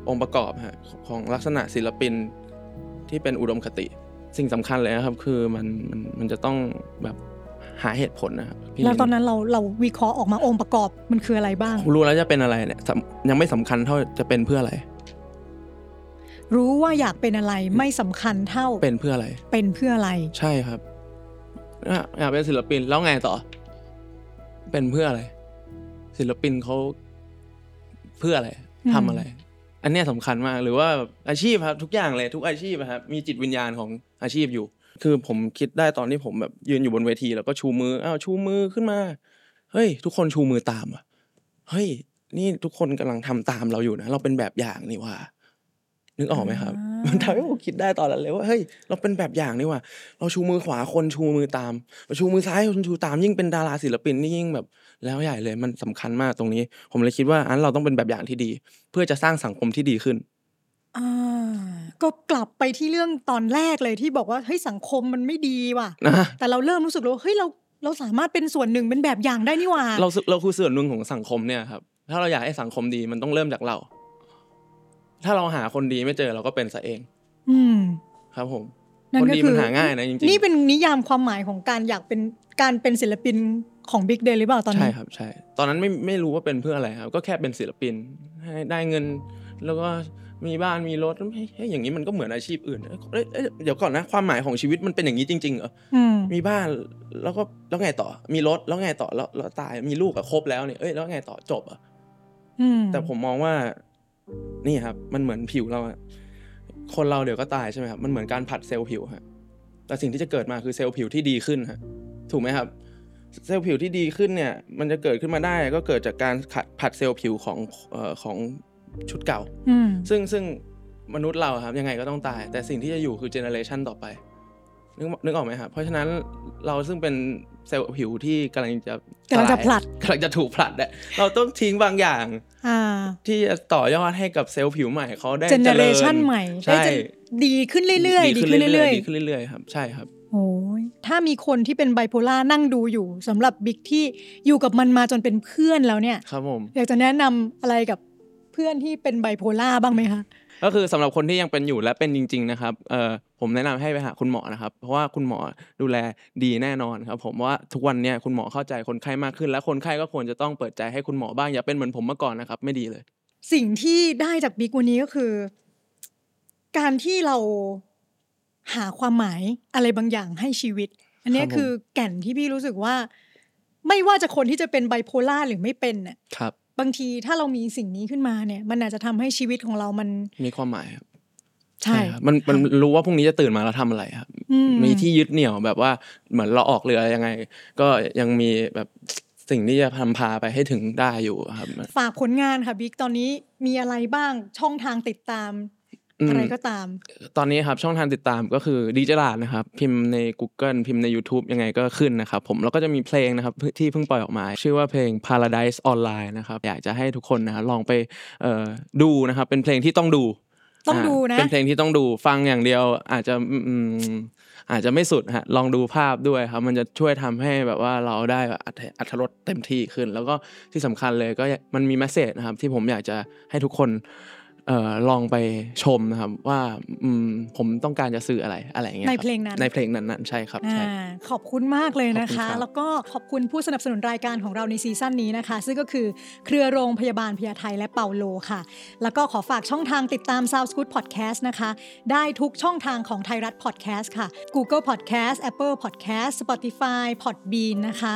A: องค์ประกอบฮะของลักษณะศิลปินที่เป็นอุดมคติ สิ่งสำคัญเลยนะครับ คือมันมันมันจะต้องแบบหาเหตุผลนะครับพี่
B: แล้ว
A: ลิ
B: ตอนนั้นเราเราวิเคราะห์ออกมาองค์ประกอบมันคืออะไรบ้าง
A: รู้แล้วจะเป็นอะไรเนี่ยสำยังไม่สำคัญเท่าจะเป็นเพื่ออะไร
B: รู้ว่าอยากเป็นอะไรไม่สำคัญเท่า
A: เป็นเพื่ออะไร
B: เป็นเพื่ออะไร
A: ใช่ครับอ่ะอยากเป็นศิลปินแล้วไงต่อ เป็นเพื่ออะไร ศิลปินเขาเพื่ออะไร
B: อืม
A: ทำอะไร อันเนี้ยสำคัญมากหรือว่าอาชีพครับ ทุกอย่างเลยทุกอาชีพอะครับมีจิตวิญญาณของอาชีพอยู่ คือผมคิดได้ตอนที่ผมแบบยืนอยู่บนเวที แล้วก็ชูมืออ้าวชูมือขึ้นมา เฮ้ย ทุกคนชูมือตามอ่ะเฮ้ย นี่ทุกคนกำลังทำตามเราอยู่นะเราเป็นแบบอย่างนี่หว่า นึกออกไหมครับ
B: อ่ามั
A: มันทำให้ผมคิดได้ตอนนั้นเลยว่าเฮ้ยเราเป็นแบบอย่างนี่หว่า เราชูมือขวาคนชูมือตามเราชูมือซ้ายคนชูตามยิ่งเป็นดาราศิลปินนี่ยิ่งแบบ แล้วใหญ่เลยมันสำคัญมากตรงนี้ ผมเลยคิดว่าอันเราต้องเป็นแบบอย่างที่ดี เพื่อจะสร้างสังคมที่ดีขึ้น
B: อ่าก็กลับไปที่เรื่องตอนแรกเลยที่บอกว่าเฮ้ยสังคมมันไม่ดีว่ะ
A: นะ
B: แต่เราเริ่มรู้สึกแล้วว่าเฮ้ยเราเราสามารถเป็นส่วนหนึ่งเป็นแบบอย่างได้นี่หว่า
A: เราสึเราคือส่วนหนึ่งของสังคมเนี่ยครับ ถ้าเราอยากให้สังคมดีมันต้องเริ่มจากเรา ถ้าเราหาคนดีไม่เจอเราก็เป็นซะเอง
B: อืม
A: ครับผม
B: นั่น
A: คน
B: ก็
A: ดี
B: คื
A: มัน
B: อ
A: หาง่ายนะจริงๆ
B: นี่เป็นนิยามความหมายของการอยากเป็นการเป็นศิลปินของ Big Day หรือเปล่าตอน
A: ใช่
B: นี้
A: ครับใช่ ตอนนั้นไม่ไม่รู้ว่าเป็นเพื่ออะไรครับ ก็แค่เป็นศิลปินให้ได้เงิน แล้วก็มีบ้านมีรถเฮ้ยเฮ้ยอย่างนี้มันก็เหมือนอาชีพอื่นเอ้ยเอ้ยเอ้ยเดี๋ยวก่อนนะความหมายของชีวิตมันเป็นอย่างนี้จริงๆเหรอ
B: อืม
A: มีบ้านแล้วก็แล้วไงต่อ มีรถแล้วไงต่อแล้วแล้วตายมีลูกอะครบแล้วเนี่ยเอ้ยแล้วไงต่อจบอะ
B: อืม
A: แต่ผมมองว่า นี่ครับ มันเหมือนผิวเราอะคนเราเดี๋ยวก็ตายใช่ไหมครับมันเหมือนการผัดเซลล์ผิวฮะแต่สิ่งที่จะเกิดมาคือเซลล์ผิวที่ดีขึ้นฮะถูกไหมครับ เซลล์ผิวที่ดีขึ้นเนี่ย มันจะเกิดขึ้นมาได้ก็เกิดจากการขัดผัดเซลล์ผิวของเอ่อของชุดเก่า
B: อืม
A: ซึ่งซึ่ง มนุษย์เราครับยังไงก็ต้องตาย แต่สิ่งที่จะอยู่คือเจเนอเรชันต่อไปนึกนึกออกไหมครับเพราะฉะนั้นเราซึ่งเป็นเซลล์ผิวที่กำลังจะ
B: กำลังจะผลัด
A: กำลังจะถูกผลัดเนี่ยเราต้องทิ้งบางอย่าง
B: อ่า
A: ที่จะต่อยอดให้กับเซลล์ผิวใหม่เขาได้
B: เจเนอเรชัน
A: จญ
B: ใหม่
A: ใช่
B: ได้จะดีขึ้นเรื่อยๆ ดีขึ้นเรื่อย
A: ดีขึ้นเรื่อยๆครับ ใช่ครับ
B: ๆโอ้ยถ้ามีคนที่เป็นไบโพล่านั่งดูอยู่สำหรับบิ๊กที่อยู่กับมันมาจนเป็นเพื่อนแล้วเนี่ย
A: ครับผม
B: อยากจะแนะนำอะไรกับเพื่อนที่เป็นไบโพล่าบ้างไหมคะ
A: ก็คือสำหรับคนที่ยังเป็นอยู่และเป็นจริง ๆ นะครับเอ่อผมแนะนำให้ไปหาคุณหมอนะครับ เพราะว่าคุณหมอดูแลดีแน่นอนครับ ผมว่าทุกวันเนี่ยคุณหมอเข้าใจคนไข้มากขึ้น และคนไข้ก็ควรจะต้องเปิดใจให้คุณหมอบ้างอย่าเป็นเหมือนผมเมื่อก่อนนะครับไม่ดีเลย
B: สิ่งที่ได้จากบิ๊กวันนี้ก็คือ การที่เราหาความหมายอะไรบางอย่างให้ชีวิต อันเนี้
A: ค
B: ย
A: รับผม
B: คือแก่นที่พี่รู้สึกว่า ไม่ว่าจะคนที่จะเป็นไบโพล่าหรือไม่เป็นน่ะ
A: ครับ
B: บางทีถ้าเรามีสิ่งนี้ขึ้นมาเนี่ย มันอาจจะทำให้ชีวิตของเรามัน
A: มีความหมายครับ
B: ใช่
A: ครับมันมันรู้ว่าพรุ่งนี้จะตื่นมาแล้วทำอะไรครับ
B: อื
A: มีที่ยึดเหนี่ยวแบบว่าเหมือนเราออกเรือยังไง ก็ยังมีแบบสิ่งที่จะพำพาไปให้ถึงได้อยู่ครับ
B: ฝากผลงานค่ะบิ๊กตอนนี้มีอะไรบ้างช่องทางติดตาม
A: ม
B: อะไรก็ตาม
A: ตอนนี้ครับช่องทางติดตามก็คือดีเจลาดนะครับ พิมพ์ใน Google พิมพ์ใน YouTube ยังไงก็ขึ้นนะครับ ผมแล้วก็จะมีเพลงนะครับที่เพิ่งปล่อยออกมา ชื่อว่าเพลง Paradise Online นะครับ อยากจะให้ทุกคนนะครับลองไปเอ่อดูนะครับ เป็นเพลงที่ต้องดู
B: ต้องดูนะ
A: าเป็นเพลงที่ต้องดูฟังอย่างเดียวอาจจะอืมอาจจะไม่สุดฮะลองดูภาพด้วยครับ มันจะช่วยทำให้แบบว่าเราได้แบบอรรถอัธรสเต็มที่ขึ้น แล้วก็ที่สำคัญเลยก็มันมีแมสเซจนะครับ ที่ผมอยากจะให้ทุกคน เอ่อลองไปชมนะครับว่าอืมผมต้องการจะสื่ออะไรอะไรอย่างเงี้ย
B: ใน
A: ครับ
B: เพลงนั้น
A: ในเพลงนั้นๆใช่ครับ
B: อ่า
A: ใช่
B: ขอบคุณมากเลย
A: ข
B: นะ
A: อบคุณค
B: คะ
A: รับ
B: แล้วก็ขอบคุณผู้สนับสนุนรายการของเราในซีซั่นนี้นะคะ ซึ่งก็คือเครือโรงพยาบาลพยาไทและเปาโลค่ะ แล้วก็ขอฝากช่องทางติดตาม Sound Good Podcast นะคะ ได้ทุกช่องทางของไทยรัฐ Podcast ค่ะ Google Podcast Apple Podcast Spotify Podbean นะคะ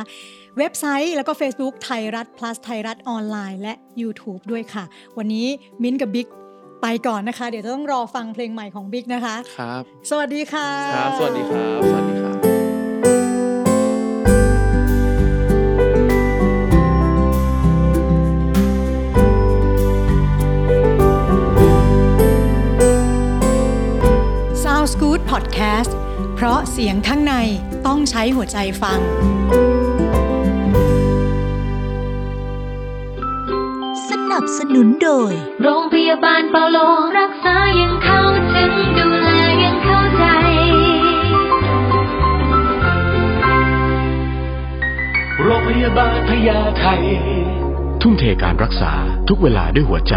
B: เว็บไซต์แล้วก็ Facebook ไทยรัฐ plus ไทยรัฐออนไลน์และ YouTube ด้วยค่ะ วันนี้มิ้นท์กับบิ๊กไปก่อนนะคะ เดี๋ยวจะต้องรอฟังเพลงใหม่ของบิ๊กนะคะ
A: ครับ
B: สวัสดีค่ะ
A: ครับ สวัสดีครับ สวัสดีครับ
B: Sounds Good Podcast เพราะเสียงข้างในต้องใช้หัวใจฟัง
C: สนับสนุนโดย
D: โรงพยาบาลเปาโลรักษายังเข้าถึงดูแลยังเข้าใจ
E: โรงพยาบาลพญาไท
F: ทุ่มเทการรักษาทุกเวลาด้วยหัวใจ